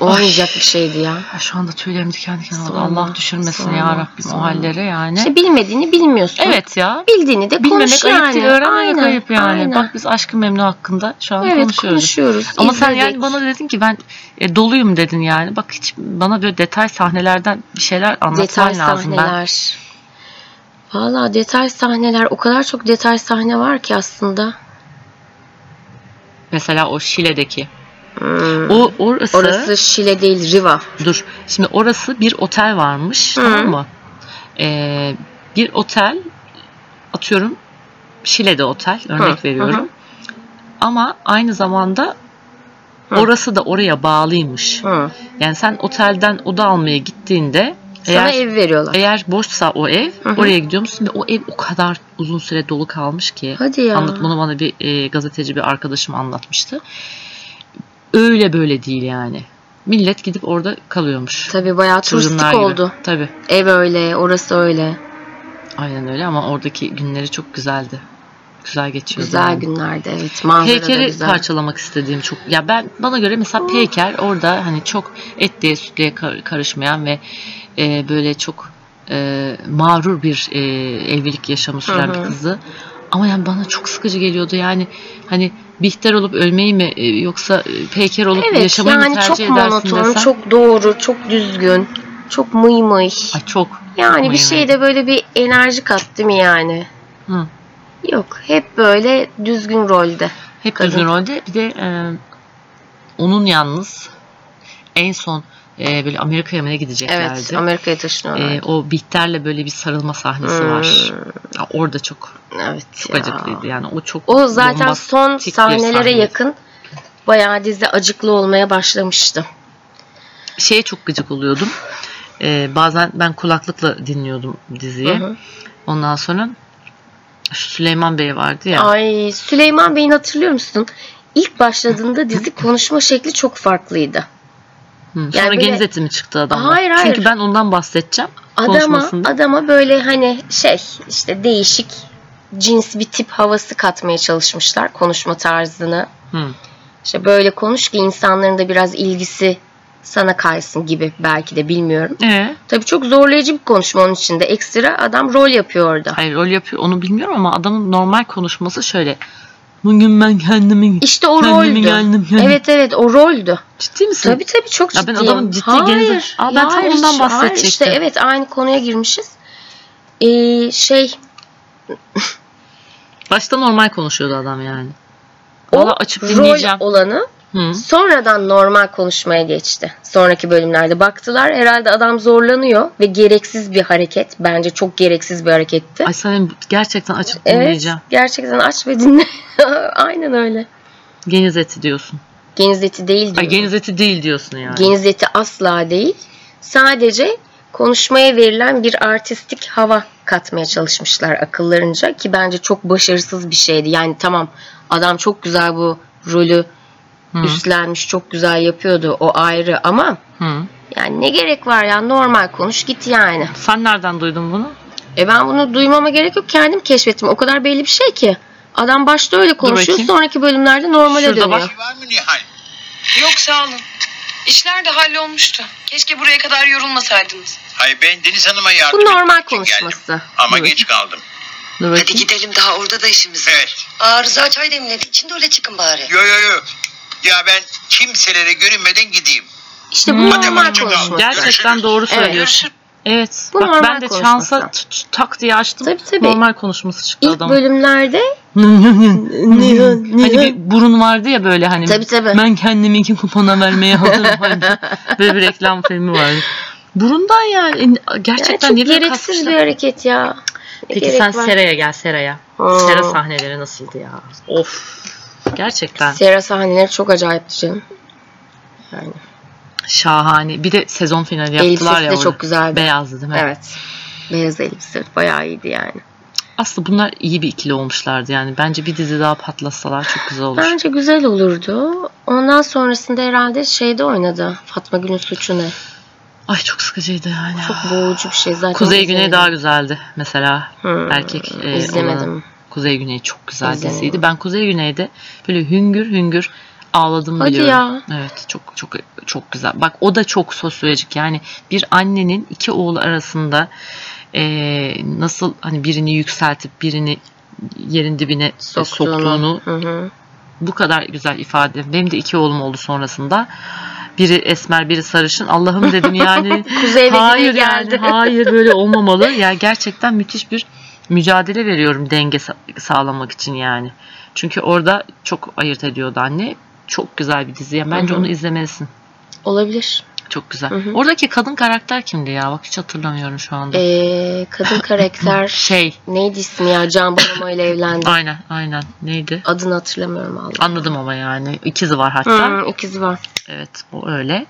Speaker 2: Olmayacak bir şeydi ya.
Speaker 1: Ya Şu anda tüylerim diken diken oldu.
Speaker 2: Sonra,
Speaker 1: Allah düşürmesin
Speaker 2: sonra,
Speaker 1: ya Rabbim o
Speaker 2: sonra.
Speaker 1: hallere yani.
Speaker 2: İşte bilmediğini bilmiyorsun.
Speaker 1: evet ya.
Speaker 2: Bildiğini de konuş
Speaker 1: Bilmemek
Speaker 2: yani.
Speaker 1: ayıp değil, öğrenmemek
Speaker 2: Aynen,
Speaker 1: ayıp yani.
Speaker 2: aynen.
Speaker 1: Bak biz aşkı memnu hakkında şu an
Speaker 2: evet
Speaker 1: konuşuyoruz.
Speaker 2: konuşuyoruz.
Speaker 1: Ama sen
Speaker 2: izledik.
Speaker 1: yani bana dedin ki ben e, doluyum dedin yani. Bak hiç bana böyle detay sahnelerden bir şeyler anlatman
Speaker 2: detay
Speaker 1: lazım. Ben
Speaker 2: sahneler. Valla detay sahneler o kadar çok detay sahne var ki aslında.
Speaker 1: mesela o Şile'deki.
Speaker 2: Hmm.
Speaker 1: O orası,
Speaker 2: Orası Şile değil Riva.
Speaker 1: Dur. Şimdi orası bir otel varmış.
Speaker 2: Hı.
Speaker 1: Tamam mı? Ee, bir otel atıyorum Şile'de otel örnek
Speaker 2: Hı,
Speaker 1: veriyorum.
Speaker 2: hı hı.
Speaker 1: Ama aynı zamanda
Speaker 2: Hı.
Speaker 1: orası da oraya bağlıymış.
Speaker 2: Hı.
Speaker 1: Yani sen otelden oda almaya gittiğinde
Speaker 2: Sana
Speaker 1: eğer
Speaker 2: ev veriyorlar.
Speaker 1: eğer boşsa o ev
Speaker 2: Hı hı.
Speaker 1: oraya gidiyor musun ve o ev o kadar uzun süre dolu kalmış ki.
Speaker 2: Hadi ya.
Speaker 1: Anlat bunu bana bir e, gazeteci bir arkadaşım anlatmıştı. Öyle böyle değil yani. Millet gidip orada kalıyormuş.
Speaker 2: Tabii bayağı turistik
Speaker 1: Çılgınlar gibi.
Speaker 2: oldu.
Speaker 1: Tabii.
Speaker 2: Ev öyle, orası öyle.
Speaker 1: Aynen öyle ama oradaki günleri çok güzeldi. Güzel geçiyordu.
Speaker 2: Güzel
Speaker 1: yani.
Speaker 2: günlerde evet. Manzara da
Speaker 1: Peykeri
Speaker 2: güzel.
Speaker 1: parçalamak istediğim çok ya ben bana göre mesela peyker orada hani çok et diye sütlüye kar- karışmayan ve e, böyle çok e, mağrur bir e, evlilik yaşamı süren
Speaker 2: Hı hı.
Speaker 1: bir kızı. Ama yani bana çok sıkıcı geliyordu yani hani Bihter olup ölmeyi mi e, yoksa e, peyker olup
Speaker 2: Evet
Speaker 1: yaşamayı mı
Speaker 2: yani
Speaker 1: tercih
Speaker 2: çok
Speaker 1: edersin
Speaker 2: monoton,
Speaker 1: desem.
Speaker 2: çok doğru, çok düzgün, çok mıy mıy.
Speaker 1: Ay çok.
Speaker 2: Yani bir
Speaker 1: Mıy mıy.
Speaker 2: şey de böyle bir enerji kattı mı yani?
Speaker 1: Hı.
Speaker 2: Yok. Hep böyle düzgün rolde.
Speaker 1: Hep
Speaker 2: Kadın.
Speaker 1: düzgün rolde. Bir de e, onun yalnız en son e, böyle Amerika'ya mı ne gideceklerdi?
Speaker 2: Evet. Amerika'ya taşınıyorlar.
Speaker 1: E, o Bihter'le böyle bir sarılma sahnesi
Speaker 2: Hmm,
Speaker 1: var. Ya orada çok
Speaker 2: Evet
Speaker 1: çok
Speaker 2: ya.
Speaker 1: acıklıydı yani. O çok
Speaker 2: O zaten
Speaker 1: bombastik
Speaker 2: son
Speaker 1: bir
Speaker 2: sahnelere
Speaker 1: sahne.
Speaker 2: yakın bayağı dizi acıklı olmaya başlamıştı.
Speaker 1: Şeye çok gıcık oluyordum. E, bazen ben kulaklıkla dinliyordum diziyi.
Speaker 2: Hı hı.
Speaker 1: Ondan sonra şu Süleyman Bey vardı ya.
Speaker 2: Ay Süleyman Bey'in hatırlıyor musun? İlk başladığında dizi konuşma şekli çok farklıydı.
Speaker 1: Hı, Sonra
Speaker 2: böyle-
Speaker 1: geniz eti mi çıktı adamla?
Speaker 2: Hayır, hayır.
Speaker 1: Çünkü ben ondan bahsedeceğim.
Speaker 2: Adama,
Speaker 1: konuşmasında.
Speaker 2: adama böyle hani şey işte değişik cins bir tip havası katmaya çalışmışlar konuşma tarzını.
Speaker 1: Hı.
Speaker 2: İşte böyle konuş ki insanların da biraz ilgisi sana kaysın gibi belki de bilmiyorum.
Speaker 1: E,
Speaker 2: Tabii çok zorlayıcı bir konuşma onun içinde. Ekstra adam rol yapıyor orada.
Speaker 1: hayır öyle yapıyor onu bilmiyorum ama adamın normal konuşması şöyle. Bugün ben kendimi
Speaker 2: İşte o
Speaker 1: Kendimi
Speaker 2: roldü.
Speaker 1: geldim, geldim.
Speaker 2: Evet evet o roldü.
Speaker 1: Ciddi misin?
Speaker 2: Tabii tabii çok
Speaker 1: Ya ben
Speaker 2: ciddiyim.
Speaker 1: adamın ciddi genizi- Aa, ben
Speaker 2: ya
Speaker 1: tam ondan
Speaker 2: hiç- Hayır,
Speaker 1: bahsedecektim.
Speaker 2: işte evet aynı konuya girmişiz. Ee, şey
Speaker 1: Başta normal konuşuyordu adam yani.
Speaker 2: o
Speaker 1: Valla açıp dinleyeceğim.
Speaker 2: rol olanı
Speaker 1: Hı.
Speaker 2: sonradan normal konuşmaya geçti. Sonraki bölümlerde baktılar herhalde adam zorlanıyor ve gereksiz bir hareket. Bence çok gereksiz bir hareketti.
Speaker 1: Ay sen gerçekten açıp
Speaker 2: evet
Speaker 1: dinleyeceğim.
Speaker 2: gerçekten aç ve dinle. Aynen öyle.
Speaker 1: Geniz eti diyorsun.
Speaker 2: Geniz eti değil
Speaker 1: Ay
Speaker 2: diyor.
Speaker 1: geniz eti değil diyorsun yani.
Speaker 2: Geniz eti asla değil. Sadece konuşmaya verilen bir artistik hava katmaya çalışmışlar akıllarınca ki bence çok başarısız bir şeydi. Yani tamam adam çok güzel bu rolü
Speaker 1: Hı.
Speaker 2: üstlenmiş, çok güzel yapıyordu o ayrı ama
Speaker 1: Hı.
Speaker 2: yani ne gerek var ya normal konuş git yani.
Speaker 1: Sen nereden duydun bunu?
Speaker 2: E ben bunu duymama gerek yok kendim keşfettim. O kadar belli bir şey ki. Adam başta öyle konuşuyor
Speaker 1: bakayım.
Speaker 3: Şey
Speaker 2: sonraki bölümlerde normale
Speaker 1: Şurada
Speaker 2: dönüyor.
Speaker 1: bak.
Speaker 4: var mı Nihal?
Speaker 3: Yok sağ olun.
Speaker 4: İşler de hallolmuştu. Keşke buraya kadar yorulmasaydınız.
Speaker 3: Hayır ben Deniz Hanım'a yardım
Speaker 2: Bu normal
Speaker 3: etmek için geldim.
Speaker 2: konuşması.
Speaker 3: Ama
Speaker 1: Evet.
Speaker 3: geç kaldım.
Speaker 1: Dur
Speaker 5: Hadi
Speaker 1: bakayım.
Speaker 5: gidelim daha orada da işimiz var.
Speaker 3: Evet.
Speaker 5: Aa Rıza çay demledi. Şimdi öyle çıkın bari.
Speaker 3: Yo yo yo. Ya ben kimselere görünmeden gideyim.
Speaker 2: İşte bu
Speaker 3: Hadi
Speaker 2: normal
Speaker 3: bakayım.
Speaker 2: konuşması.
Speaker 1: Hmm. Gerçekten doğru söylüyorsun. Evet.
Speaker 2: Bu
Speaker 1: Bak ben
Speaker 2: normal
Speaker 1: de
Speaker 2: konuşması.
Speaker 1: şansa t- t- tak diye açtım.
Speaker 2: Tabii, tabii.
Speaker 1: Normal konuşması çıktı
Speaker 2: İlk
Speaker 1: adam.
Speaker 2: bölümlerde
Speaker 1: hani bir burun vardı ya böyle hani.
Speaker 2: Tabii, tabii.
Speaker 1: Ben kendimi iki kupona vermeye hazırım. Hani böyle bir reklam filmi vardı. Burundan yani
Speaker 2: yani
Speaker 1: gerçekten
Speaker 2: çok
Speaker 1: nereye
Speaker 2: gereksiz
Speaker 1: kasmışlar?
Speaker 2: bir hareket ya. Ne
Speaker 1: Peki
Speaker 2: gerek
Speaker 1: sen
Speaker 2: var?
Speaker 1: Sera'ya gel Sera'ya.
Speaker 2: Aa.
Speaker 1: Sera sahneleri nasıldı ya? Of. Gerçekten
Speaker 2: Sera sahneleri çok acayipti canım. Yani
Speaker 1: şahane. Bir de sezon finali yaptılar
Speaker 2: elbisesi
Speaker 1: ya
Speaker 2: de
Speaker 1: orada.
Speaker 2: çok güzeldi.
Speaker 1: Beyazdı değil mi?
Speaker 2: Evet. Beyaz elbise bayağı iyiydi yani.
Speaker 1: Aslında bunlar iyi bir ikili olmuşlardı yani. Bence bir dizi daha patlasalar çok güzel olur.
Speaker 2: Bence güzel olurdu. Ondan sonrasında herhalde şeyde oynadı. Fatma Gül'ün suçu ne?
Speaker 1: Ay çok sıkıcıydı yani.
Speaker 2: Çok boğucu bir şey zaten.
Speaker 1: Kuzey Güney
Speaker 2: izlemedim.
Speaker 1: daha güzeldi mesela.
Speaker 2: Hmm,
Speaker 1: erkek, e,
Speaker 2: izlemedim.
Speaker 1: Kuzey Güney çok güzel
Speaker 2: İzlemedim.
Speaker 1: diziydi. Ben Kuzey Güney'de böyle hüngür hüngür ağladım
Speaker 2: Hadi
Speaker 1: biliyorum.
Speaker 2: ya.
Speaker 1: Evet çok çok çok güzel. Bak o da çok sosyolojik yani bir annenin iki oğlu arasında eee, nasıl hani birini yükseltip birini yerin dibine e, soktuğunu, soktuğunu
Speaker 2: Hı hı.
Speaker 1: bu kadar güzel ifade. Benim de iki oğlum oldu sonrasında. Biri esmer, biri sarışın. Allah'ım dedim yani.
Speaker 2: Kuzey ve
Speaker 1: hayır
Speaker 2: Güney
Speaker 1: yani,
Speaker 2: geldi.
Speaker 1: hayır böyle olmamalı. Yani gerçekten müthiş bir mücadele veriyorum denge sa- sağlamak için yani. Çünkü orada çok ayırt ediyordu anne. Çok güzel bir dizi. Yani bence
Speaker 2: Hı hı.
Speaker 1: onu izlemelisin.
Speaker 2: Olabilir.
Speaker 1: Çok güzel.
Speaker 2: Hı hı.
Speaker 1: Oradaki kadın karakter kimdi ya? Bak hiç hatırlamıyorum şu anda.
Speaker 2: Ee, kadın karakter
Speaker 1: şey,
Speaker 2: neydi ismi ya? Can Bonomo ile evlendi.
Speaker 1: aynen, aynen. Neydi?
Speaker 2: Adını hatırlamıyorum Allah.
Speaker 1: Anladım ama yani. İkizi var hatta.
Speaker 2: Hı, ikizi var.
Speaker 1: Evet o öyle.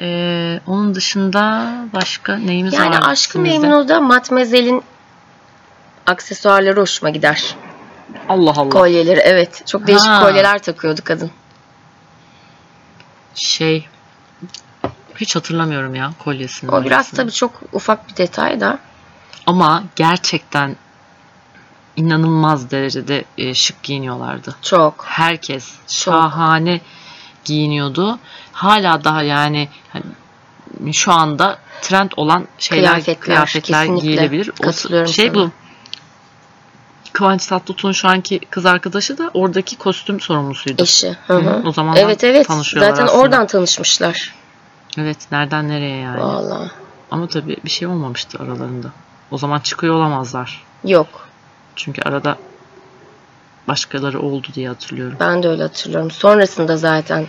Speaker 1: Ee, onun dışında başka neyimiz var?
Speaker 2: Yani Aşkı Memnu'da Matmazel'in aksesuarları hoşuma gider.
Speaker 1: Allah Allah.
Speaker 2: Kolyeleri evet. Çok değişik
Speaker 1: Ha.
Speaker 2: kolyeler takıyordu kadın.
Speaker 1: Şey hiç hatırlamıyorum ya kolyesini.
Speaker 2: O biraz
Speaker 1: molyesini.
Speaker 2: tabii çok ufak bir detay da.
Speaker 1: Ama gerçekten inanılmaz derecede e, şık giyiniyorlardı.
Speaker 2: Çok.
Speaker 1: Herkes şahane giyiniyordu. Hala daha yani hani şu anda trend olan şeyler kıyafetler,
Speaker 2: Kıyafetler, kesinlikle.
Speaker 1: giyilebilir. O
Speaker 2: Katılıyorum
Speaker 1: şey
Speaker 2: sana.
Speaker 1: bu. Kıvanç Tatlıtuğ'un şu anki kız arkadaşı da oradaki kostüm sorumlusuydu.
Speaker 2: Eşi. Hı hı.
Speaker 1: Hı, o zamandan
Speaker 2: Evet evet.
Speaker 1: tanışıyorlar
Speaker 2: Zaten
Speaker 1: aslında.
Speaker 2: oradan tanışmışlar.
Speaker 1: Evet nereden nereye yani.
Speaker 2: Vallahi.
Speaker 1: Ama tabii bir şey olmamıştı aralarında. O zaman çıkıyor olamazlar.
Speaker 2: Yok.
Speaker 1: Çünkü arada başkaları oldu diye hatırlıyorum.
Speaker 2: Ben de öyle hatırlıyorum. Sonrasında zaten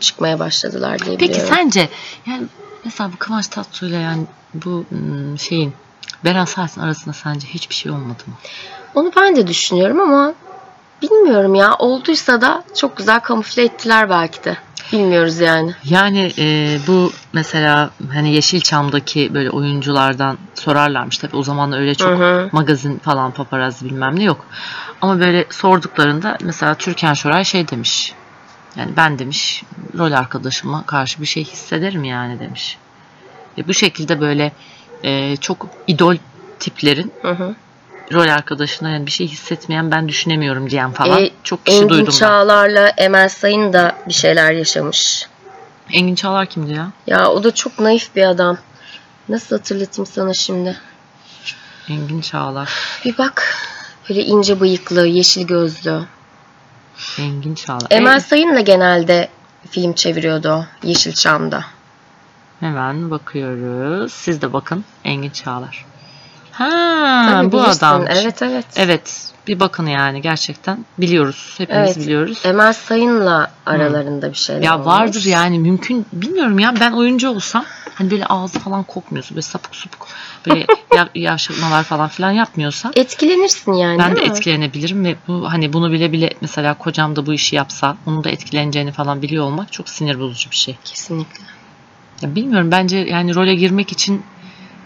Speaker 2: çıkmaya başladılar diye
Speaker 1: Peki
Speaker 2: biliyorum.
Speaker 1: sence yani mesela bu Kıvanç Tatlıtuğ'la yani bu ım, şeyin Beren Saat'in arasında sence hiçbir şey olmadı mı?
Speaker 2: Onu ben de düşünüyorum ama bilmiyorum ya. Olduysa da çok güzel kamufle ettiler belki de. Bilmiyoruz yani.
Speaker 1: Yani e, bu mesela hani Yeşilçam'daki böyle oyunculardan sorarlarmış. Tabii o zaman öyle çok
Speaker 2: Hı hı.
Speaker 1: magazin falan paparazzi bilmem ne yok. Ama böyle sorduklarında mesela Türkan Şoray şey demiş. Yani ben demiş rol arkadaşıma karşı bir şey hissederim yani demiş. E, bu şekilde böyle e, çok idol tiplerin
Speaker 2: Hı hı.
Speaker 1: rol arkadaşına yani bir şey hissetmeyen ben düşünemiyorum diyen falan.
Speaker 2: E,
Speaker 1: çok kişi
Speaker 2: Engin
Speaker 1: duydum
Speaker 2: Çağlar'la Emel Sayın da bir şeyler yaşamış.
Speaker 1: ben. Engin Çağlar kimdi ya?
Speaker 2: Ya o da çok naif bir adam. Nasıl hatırlatayım sana şimdi?
Speaker 1: Engin Çağlar.
Speaker 2: Bir bak. Böyle ince bıyıklı, yeşil
Speaker 1: E?
Speaker 2: gözlü.
Speaker 1: Engin Çağlar.
Speaker 2: Emel
Speaker 1: E,
Speaker 2: Sayın'la genelde film çeviriyordu o Yeşilçam'da.
Speaker 1: Hemen bakıyoruz. Siz de bakın. Engin Çağlar. Ha,
Speaker 2: Tabii
Speaker 1: bu
Speaker 2: bilirsin.
Speaker 1: adam.
Speaker 2: Evet evet.
Speaker 1: Evet. Bir bakın yani gerçekten biliyoruz. Hepimiz
Speaker 2: Evet.
Speaker 1: biliyoruz.
Speaker 2: Emel Sayın'la aralarında bir şeyler
Speaker 1: Ya
Speaker 2: olmuş.
Speaker 1: vardır yani mümkün bilmiyorum ya ben oyuncu olsam hani böyle ağzı falan kokmuyorsa böyle sapık supuk böyle ya- yavşatmalar falan filan yapmıyorsa
Speaker 2: Etkilenirsin yani
Speaker 1: ben de
Speaker 2: değil mi?
Speaker 1: etkilenebilirim ve bu hani bunu bile bile mesela kocam da bu işi yapsa onun da etkileneceğini falan biliyor olmak çok sinir bozucu bir şey.
Speaker 2: Kesinlikle.
Speaker 1: Ya bilmiyorum bence yani role girmek için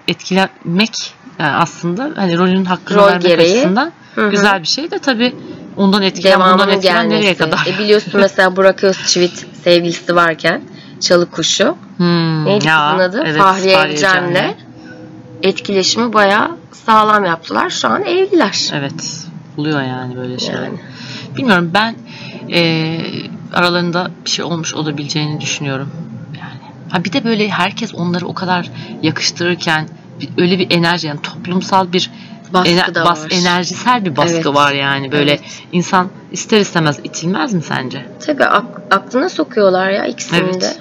Speaker 1: etkilenmek yani aslında hani rolünün hakkını
Speaker 2: Rol
Speaker 1: vermek
Speaker 2: gereği.
Speaker 1: açısından
Speaker 2: Hı hı.
Speaker 1: güzel bir şey de tabii ondan etkilen bundan
Speaker 2: Devamının
Speaker 1: etkilen
Speaker 2: gelmesi.
Speaker 1: nereye kadar?
Speaker 2: E biliyorsun mesela Burak Özçivit sevgilisi varken Çalı Kuşu.
Speaker 1: Hmm,
Speaker 2: Neydi
Speaker 1: ya,
Speaker 2: kızın adı?
Speaker 1: evet,
Speaker 2: Fahriye,
Speaker 1: Fahriye
Speaker 2: Evcen'le
Speaker 1: Evcen'le.
Speaker 2: etkileşimi bayağı sağlam yaptılar. Şu an evliler.
Speaker 1: Evet. Oluyor yani böyle şeyler. e,
Speaker 2: Yani.
Speaker 1: Bilmiyorum ben eee, aralarında bir şey olmuş olabileceğini düşünüyorum. Yani Ha bir de böyle herkes onları o kadar yakıştırırken bir- öyle bir enerji yani toplumsal bir
Speaker 2: Baskı
Speaker 1: ener-
Speaker 2: da
Speaker 1: bas-
Speaker 2: var.
Speaker 1: enerjisel bir baskı
Speaker 2: Evet.
Speaker 1: var yani böyle
Speaker 2: Evet.
Speaker 1: insan ister istemez itilmez mi sence?
Speaker 2: Tabii ak- aklına sokuyorlar ya ikisini
Speaker 1: Evet.
Speaker 2: de.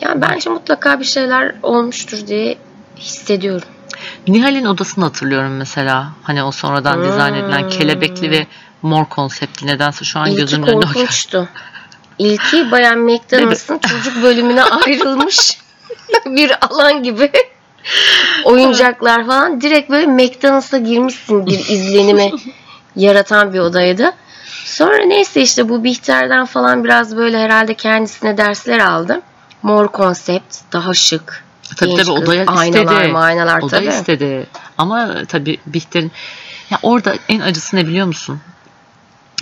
Speaker 2: Yani bence mutlaka bir şeyler olmuştur diye hissediyorum.
Speaker 1: Nihal'in odasını hatırlıyorum mesela. Hani o sonradan dizayn edilen
Speaker 2: Hmm.
Speaker 1: kelebekli ve mor konseptli nedense şu an
Speaker 2: İlki
Speaker 1: gözümün önünde o geldi.
Speaker 2: korkunçtu. İlki Bayan McDonald's'ın çocuk bölümüne ayrılmış bir alan gibi. Oyuncaklar falan. Direkt böyle McDonald's'a girmişsin bir izlenimi yaratan bir odaydı. Sonra neyse işte bu Bihter'den falan biraz böyle herhalde kendisine dersler aldı. Mor konsept, daha şık.
Speaker 1: E, Tabii
Speaker 2: Genç
Speaker 1: tabii
Speaker 2: kız,
Speaker 1: odaya
Speaker 2: aynalar,
Speaker 1: istedi.
Speaker 2: maynalar
Speaker 1: odaya
Speaker 2: tabii.
Speaker 1: istedi. Ama tabii Bihter'in ya orada en acısı ne biliyor musun?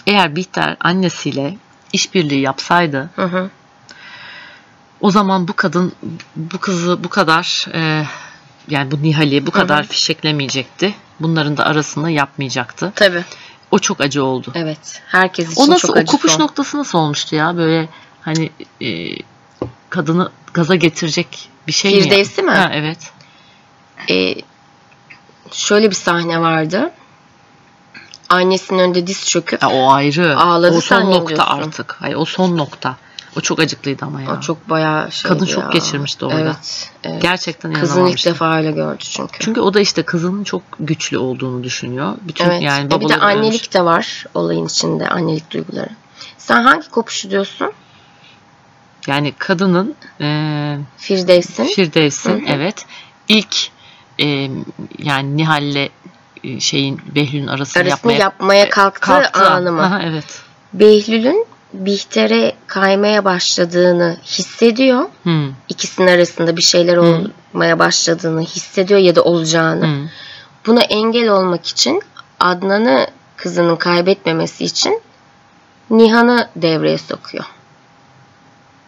Speaker 1: Eğer Bihter annesiyle işbirliği yapsaydı
Speaker 2: Hı hı.
Speaker 1: o zaman bu kadın bu kızı bu kadar e, yani bu Nihal'i bu kadar fişeklemeyecekti. Bunların da arasını yapmayacaktı.
Speaker 2: Tabii.
Speaker 1: O çok acı oldu.
Speaker 2: Evet. Herkes için
Speaker 1: O nasıl
Speaker 2: çok
Speaker 1: o
Speaker 2: acı
Speaker 1: kopuş
Speaker 2: son.
Speaker 1: noktası nasıl olmuştu ya böyle hani e, kadını gaza getirecek bir şey
Speaker 2: Firdevs'i mi?
Speaker 1: mi? Ha, evet.
Speaker 2: Ee, şöyle bir sahne vardı. Annesinin önünde diz çöküp
Speaker 1: Ya o ayrı.
Speaker 2: Ağladı
Speaker 1: o son
Speaker 2: sen ne
Speaker 1: nokta
Speaker 2: diyorsun?
Speaker 1: artık. Hayır o son nokta. O çok acıklıydı ama ya.
Speaker 2: o çok bayağı şey.
Speaker 1: Kadın şok geçirmişti orada.
Speaker 2: Evet. evet.
Speaker 1: Gerçekten
Speaker 2: Kızını ilk
Speaker 1: inanamamıştım.
Speaker 2: defa öyle gördü çünkü.
Speaker 1: Çünkü o da işte kızının çok güçlü olduğunu düşünüyor. Bütün
Speaker 2: evet.
Speaker 1: yani
Speaker 2: E bir de
Speaker 1: babaları
Speaker 2: annelik
Speaker 1: ölmüş.
Speaker 2: de var olayın içinde. Annelik duyguları. Sen hangi kopuşu diyorsun?
Speaker 1: Yani kadının e,
Speaker 2: Firdevs'in. Hı hı.
Speaker 1: Firdevs'in evet ilk e, yani Nihal'le e, şeyin Behlül'ün arasını,
Speaker 2: Arasını yapmaya,
Speaker 1: yapmaya e,
Speaker 2: kalktığı
Speaker 1: kalktığı an.
Speaker 2: anı mı?
Speaker 1: Aha, evet.
Speaker 2: Behlül'ün Bihter'e kaymaya başladığını hissediyor.
Speaker 1: Hmm.
Speaker 2: İkisinin arasında bir şeyler
Speaker 1: Hı.
Speaker 2: olmaya başladığını hissediyor ya da olacağını.
Speaker 1: Hmm.
Speaker 2: Buna engel olmak için Adnan'ı kızının kaybetmemesi için Nihan'ı devreye sokuyor.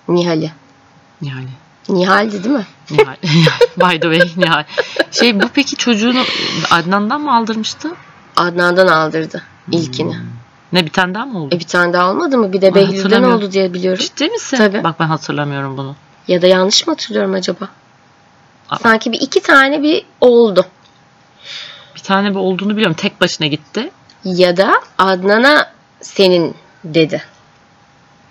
Speaker 2: Nihal'i.
Speaker 1: Yani
Speaker 2: Nihal'di değil mi?
Speaker 1: Nihal. By the way Nihal. Şey bu peki çocuğunu Adnan'dan mı aldırmıştı?
Speaker 2: Adnan'dan aldırdı ilkini.
Speaker 1: Hmm. Ne bir tane daha mı oldu?
Speaker 2: E bir tane daha olmadı mı? Bir
Speaker 1: Ben
Speaker 2: de Behlül'den
Speaker 1: hatırlamıyorum.
Speaker 2: oldu diye biliyorum.
Speaker 1: Ciddi misin?
Speaker 2: Tabii.
Speaker 1: Bak ben hatırlamıyorum bunu.
Speaker 2: Ya da yanlış mı hatırlıyorum acaba?
Speaker 1: Aa.
Speaker 2: Sanki bir iki tane bir oldu.
Speaker 1: Bir tane bir olduğunu biliyorum. Tek başına gitti.
Speaker 2: Ya da Adnan'a senin dedi.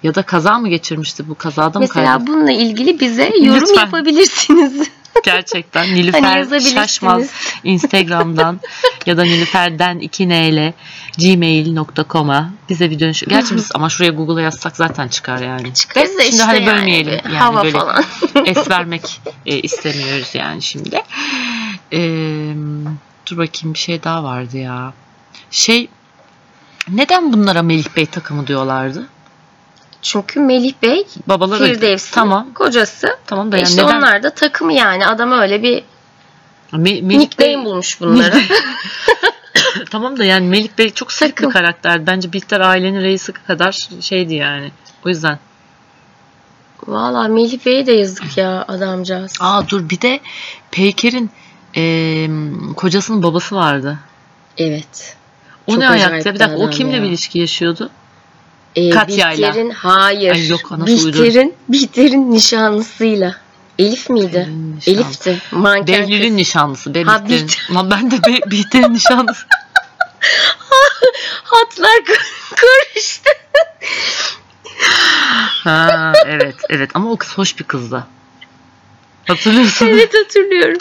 Speaker 1: Ya da kaza mı geçirmişti? Bu kazada mı
Speaker 2: Mesela
Speaker 1: kaybetti?
Speaker 2: bununla ilgili bize yorum
Speaker 1: Lütfen.
Speaker 2: yapabilirsiniz.
Speaker 1: Gerçekten Nilüfer
Speaker 2: Hani yazabilirsiniz.
Speaker 1: Şaşmaz Instagram'dan ya da Nilüfer'den 2 neyle gmail.com'a bize bir dönüş. Gerçi biz ama şuraya Google'a yazsak zaten çıkar yani.
Speaker 2: Çıkarız da
Speaker 1: Şimdi
Speaker 2: işte
Speaker 1: hani
Speaker 2: yani
Speaker 1: bölmeyelim.
Speaker 2: bir
Speaker 1: Yani
Speaker 2: Hava
Speaker 1: böyle-
Speaker 2: falan.
Speaker 1: es vermek e, istemiyoruz yani şimdi. E, dur bakayım bir şey daha vardı ya. Şey neden bunlara Melih Bey takımı diyorlardı?
Speaker 2: Çünkü Melih Bey
Speaker 1: Babaları
Speaker 2: Firdevs'in
Speaker 1: Tamam.
Speaker 2: kocası.
Speaker 1: Tamam da
Speaker 2: İşte
Speaker 1: yani neden?
Speaker 2: onlar da takımı yani. Adam öyle bir
Speaker 1: Me- Melih Bey
Speaker 2: nickname bulmuş bunlara.
Speaker 1: tamam da yani Melih Bey çok sert bir
Speaker 2: Takım.
Speaker 1: karakter. Bence Bihter ailenin reisi kadar şeydi yani. O yüzden.
Speaker 2: Valla Melih Bey'e de yazık ya adamcağız.
Speaker 1: Aa dur bir de Peyker'in e, kocasının babası vardı.
Speaker 2: Evet.
Speaker 1: O
Speaker 2: Çok
Speaker 1: ne
Speaker 2: acayip
Speaker 1: ayakta? Bir
Speaker 2: bir
Speaker 1: dakika o
Speaker 2: adam
Speaker 1: kimle
Speaker 2: ya.
Speaker 1: bir ilişki yaşıyordu?
Speaker 2: Ee,
Speaker 1: Katya'yla.
Speaker 2: Bihter'in hayır.
Speaker 1: Ay yok, anası
Speaker 2: Bihter'in, Bihter'in nişanlısıyla. Elif miydi?
Speaker 1: Bihter'in nişanlısı.
Speaker 2: Elif'ti. Manken kız.
Speaker 1: Behlül'ün nişanlısı. Be
Speaker 2: Ha,
Speaker 1: Bihter'in. Lan ben de Be- Bihter'in nişanlısı.
Speaker 2: Hatlar karıştı.
Speaker 1: Ha, evet evet ama o kız hoş bir kızdı. Hatırlıyorsun.
Speaker 2: Evet hatırlıyorum.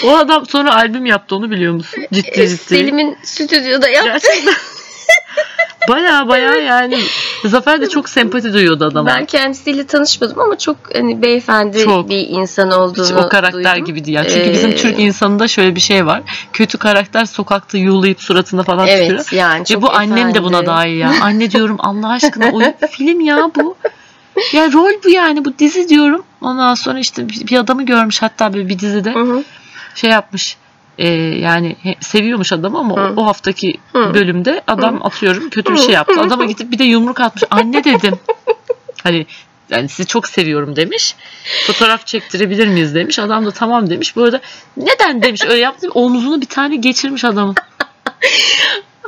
Speaker 1: Şey, O adam sonra albüm yaptı onu biliyor musun? Ciddi
Speaker 2: Ee,
Speaker 1: ciddi.
Speaker 2: Selim'in stüdyoda yaptı.
Speaker 1: Baya baya yani. Zafer de çok sempati duyuyordu adama.
Speaker 2: Ben kendisiyle tanışmadım ama çok hani beyefendi
Speaker 1: Çok.
Speaker 2: bir insan olduğunu
Speaker 1: Hiç o karakter
Speaker 2: duydum.
Speaker 1: gibiydi ya. Çünkü
Speaker 2: Ee,
Speaker 1: bizim Türk insanında şöyle bir şey var. Kötü karakter sokakta yuğlayıp suratına falan tükürüyor.
Speaker 2: Evet yani çok
Speaker 1: şey. Ve bu annem de
Speaker 2: efendi.
Speaker 1: buna dahil ya. Anne diyorum Allah aşkına oyun film ya bu. Ya rol bu yani bu dizi diyorum. Ondan sonra işte bir bir adamı görmüş hatta böyle bir dizide
Speaker 2: Hı hı.
Speaker 1: şey yapmış. e, yani he- seviyormuş adamı ama o,
Speaker 2: Hı.
Speaker 1: o haftaki
Speaker 2: Hı.
Speaker 1: bölümde adam atıyorum kötü bir şey yaptı. Adama gidip bir de yumruk atmış. Anne dedim. hani yani sizi çok seviyorum demiş. Fotoğraf çektirebilir miyiz demiş. Adam da tamam demiş. Bu arada neden demiş öyle yaptı. Omzunu bir tane geçirmiş adamın.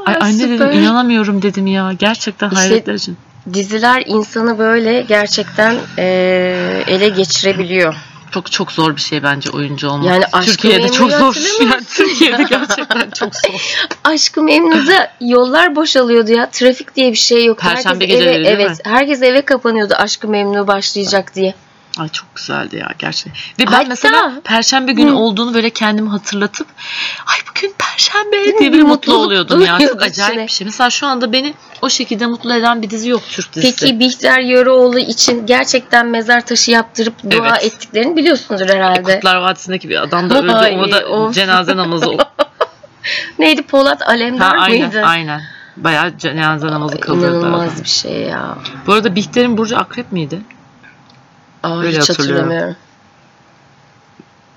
Speaker 1: Ay
Speaker 2: Aa,
Speaker 1: anne dedim
Speaker 2: süper. şey
Speaker 1: inanamıyorum dedim ya. Gerçekten
Speaker 2: İşte-
Speaker 1: hayretler için.
Speaker 2: diziler insanı böyle gerçekten eee, ele geçirebiliyor.
Speaker 1: Çok çok zor bir şey bence oyuncu olmak.
Speaker 2: Yani aşkı
Speaker 1: Türkiye'de çok
Speaker 2: memnun
Speaker 1: zor.
Speaker 2: hatırlamıyor
Speaker 1: Yani Türkiye'de gerçekten çok zor.
Speaker 2: Aşkı Memnu'da yollar boşalıyordu ya. Trafik diye bir şey yok.
Speaker 1: Perşembe
Speaker 2: herkes
Speaker 1: geceleri
Speaker 2: eve,
Speaker 1: değil
Speaker 2: evet,
Speaker 1: mi?
Speaker 2: herkes eve kapanıyordu Aşkı Memnu başlayacak diye.
Speaker 1: Ay çok güzeldi ya gerçekten. Ve ben
Speaker 2: Hatta-
Speaker 1: mesela perşembe günü
Speaker 2: Hı.
Speaker 1: olduğunu böyle kendimi hatırlatıp ay bugün perşembe
Speaker 2: Bir
Speaker 1: diye bir mutlu
Speaker 2: mutluluk
Speaker 1: oluyordum ya.
Speaker 2: duyuyordu
Speaker 1: Çok acayip
Speaker 2: içine.
Speaker 1: bir şey. Mesela şu anda beni o şekilde mutlu eden bir dizi yok Türk dizisi.
Speaker 2: Peki Bihter Yöreoğlu için gerçekten mezar taşı yaptırıp dua
Speaker 1: Evet.
Speaker 2: ettiklerini biliyorsundur herhalde.
Speaker 1: Kurtlar Vadisi'ndeki bir adam da öldü.
Speaker 2: Ay,
Speaker 1: Ona da
Speaker 2: of.
Speaker 1: cenaze namazı ok-
Speaker 2: Neydi Polat Alemdar
Speaker 1: Ha, aynen,
Speaker 2: mıydı?
Speaker 1: aynen. Bayağı cenaze namazı kıldı. adam.
Speaker 2: İnanılmaz bir şey ya.
Speaker 1: Bu arada Bihter'in Burcu Akrep miydi?
Speaker 2: Aa,
Speaker 1: Öyle
Speaker 2: hiç
Speaker 1: hatırlıyorum.
Speaker 2: hatırlamıyorum.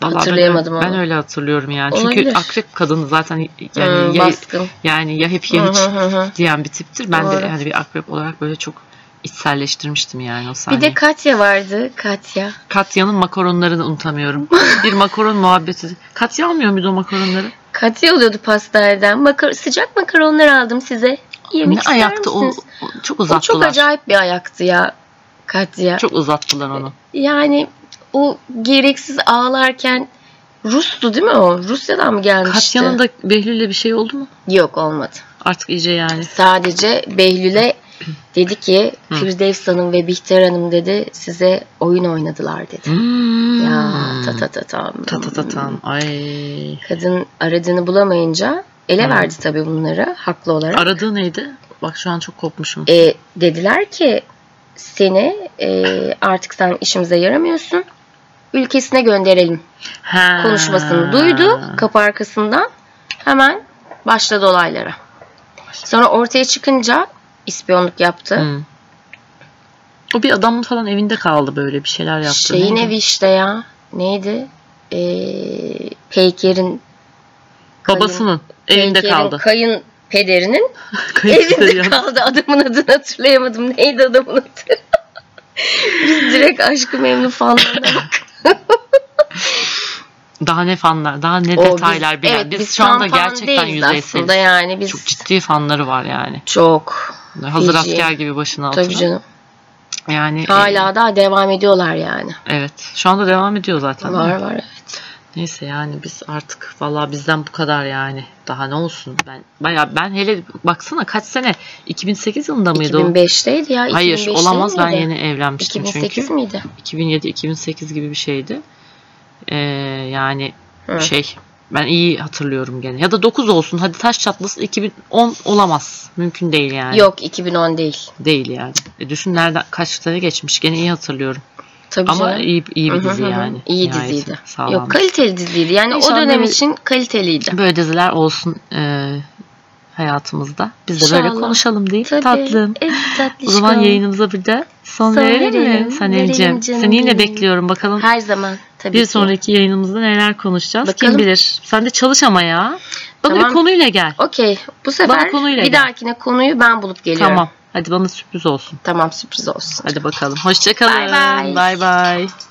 Speaker 1: Vallahi
Speaker 2: Hatırlayamadım
Speaker 1: ben,
Speaker 2: ama.
Speaker 1: ben öyle hatırlıyorum yani. Çünkü
Speaker 2: Olabilir.
Speaker 1: akrep kadını zaten yani
Speaker 2: Yani
Speaker 1: ya,
Speaker 2: baskın.
Speaker 1: yani ya hep ya
Speaker 2: Hı
Speaker 1: hiç
Speaker 2: hı hı hı.
Speaker 1: diyen bir tiptir. Ben de
Speaker 2: Doğru.
Speaker 1: yani bir akrep olarak böyle çok içselleştirmiştim yani o
Speaker 2: Bir
Speaker 1: sahneyi.
Speaker 2: de Katya vardı. Katya.
Speaker 1: Katya'nın makaronlarını unutamıyorum. bir makaron muhabbeti. Katya almıyor muydu o makaronları?
Speaker 2: Katya oluyordu pastaneden. Makar sıcak makaronlar aldım size. Yemek
Speaker 1: ne
Speaker 2: ister
Speaker 1: ayakta o,
Speaker 2: misiniz?
Speaker 1: o- çok
Speaker 2: O
Speaker 1: uzattılar.
Speaker 2: çok acayip bir ayaktı ya Katya.
Speaker 1: Çok uzattılar onu.
Speaker 2: Yani o gereksiz ağlarken Rus'tu değil mi o? Rusya'dan mı gelmişti?
Speaker 1: Katya'nın da Behlül'le bir şey oldu mu?
Speaker 2: Yok olmadı.
Speaker 1: Artık iyice yani.
Speaker 2: Sadece Behlül'e dedi ki
Speaker 1: Hı.
Speaker 2: Firdevs Hanım ve Bihter Hanım dedi size oyun oynadılar dedi.
Speaker 1: Hmm.
Speaker 2: Ya ta ta ta tam.
Speaker 1: Ta ta ta tam. Ay.
Speaker 2: Kadın aradığını bulamayınca ele
Speaker 1: Hı.
Speaker 2: verdi tabii bunları haklı olarak.
Speaker 1: Aradığı neydi? Bak şu an çok kopmuşum.
Speaker 2: E, dediler ki seni e, artık sen işimize yaramıyorsun. Ülkesine gönderelim.
Speaker 1: Ha.
Speaker 2: Konuşmasını duydu. Kapı arkasından hemen başladı olaylara. Sonra ortaya çıkınca ispiyonluk yaptı.
Speaker 1: Hı. Hmm. O bir adamın falan evinde kaldı böyle bir şeyler yaptı.
Speaker 2: Şeyin
Speaker 1: Neydi?
Speaker 2: evi işte ya. Neydi? Ee, Peyker'in kayın-
Speaker 1: Babasının evinde
Speaker 2: Peyker'in
Speaker 1: kaldı.
Speaker 2: Kayın pederinin
Speaker 1: Kayıptı
Speaker 2: Hani evinde
Speaker 1: ya.
Speaker 2: kaldı. Adamın adını hatırlayamadım. Neydi adamın adı? Biz direkt aşkı memnun fanlarına
Speaker 1: Daha ne fanlar, daha ne
Speaker 2: O biz-
Speaker 1: detaylar bilen.
Speaker 2: evet,
Speaker 1: biz, şu anda
Speaker 2: tam fan
Speaker 1: gerçekten
Speaker 2: değiliz
Speaker 1: yüzeyseliz.
Speaker 2: Aslında yani biz
Speaker 1: Çok
Speaker 2: çok,
Speaker 1: ciddi fanları var yani. Hazır
Speaker 2: Fiji.
Speaker 1: asker gibi başına
Speaker 2: tabii
Speaker 1: altına.
Speaker 2: canım.
Speaker 1: Yani e,
Speaker 2: Hala daha devam ediyorlar yani.
Speaker 1: evet. Şu anda devam ediyor zaten.
Speaker 2: Var var.
Speaker 1: Neyse yani biz artık vallahi bizden bu kadar yani. Daha ne olsun? Ben bayağı ben hele baksana kaç sene 2008 yılında mıydı o?
Speaker 2: 2005'teydi ya.
Speaker 1: Hayır
Speaker 2: 2005'te
Speaker 1: olamaz ben
Speaker 2: miydi?
Speaker 1: yeni evlenmiştim
Speaker 2: 2008
Speaker 1: çünkü.
Speaker 2: miydi?
Speaker 1: 2007-2008 gibi bir şeydi. Ee, yani
Speaker 2: Hı.
Speaker 1: şey ben iyi hatırlıyorum gene. Ya da 9 olsun hadi taş çatlasın 2010 olamaz. Mümkün değil yani.
Speaker 2: Yok 2010 değil.
Speaker 1: Değil yani. E düşün nereden kaç sene geçmiş gene iyi hatırlıyorum.
Speaker 2: Tabii
Speaker 1: Ama
Speaker 2: canım.
Speaker 1: iyi, iyi bir
Speaker 2: Hı hı
Speaker 1: dizi
Speaker 2: hı hı.
Speaker 1: yani.
Speaker 2: İyi
Speaker 1: Nihayet
Speaker 2: diziydi.
Speaker 1: sağlam.
Speaker 2: Yok kaliteli diziydi. Yani o
Speaker 1: İnşallah
Speaker 2: dönem
Speaker 1: böyle-
Speaker 2: için kaliteliydi.
Speaker 1: Böyle diziler olsun e, hayatımızda. Biz de böyle
Speaker 2: İnşallah.
Speaker 1: konuşalım değil mi
Speaker 2: Tabii.
Speaker 1: tatlım?
Speaker 2: Evet tatlım.
Speaker 1: O zaman yayınımıza bir de son,
Speaker 2: Son
Speaker 1: verelim
Speaker 2: verelim,
Speaker 1: mi Sanelciğim?
Speaker 2: verelim canım
Speaker 1: Seni yine
Speaker 2: benim.
Speaker 1: bekliyorum bakalım.
Speaker 2: Her zaman tabii
Speaker 1: Bir
Speaker 2: ki.
Speaker 1: sonraki yayınımızda neler konuşacağız
Speaker 2: Bakalım.
Speaker 1: kim bilir. Sen de çalış ama ya. Bana
Speaker 2: Tamam.
Speaker 1: bir konuyla gel.
Speaker 2: Okey. Bu sefer
Speaker 1: konuyla
Speaker 2: bir
Speaker 1: gel.
Speaker 2: dahakine konuyu ben bulup geliyorum.
Speaker 1: Tamam. Hadi bana sürpriz olsun.
Speaker 2: Tamam sürpriz olsun.
Speaker 1: Hadi bakalım. Hoşçakalın.
Speaker 2: Bye bye.
Speaker 1: Bye bye.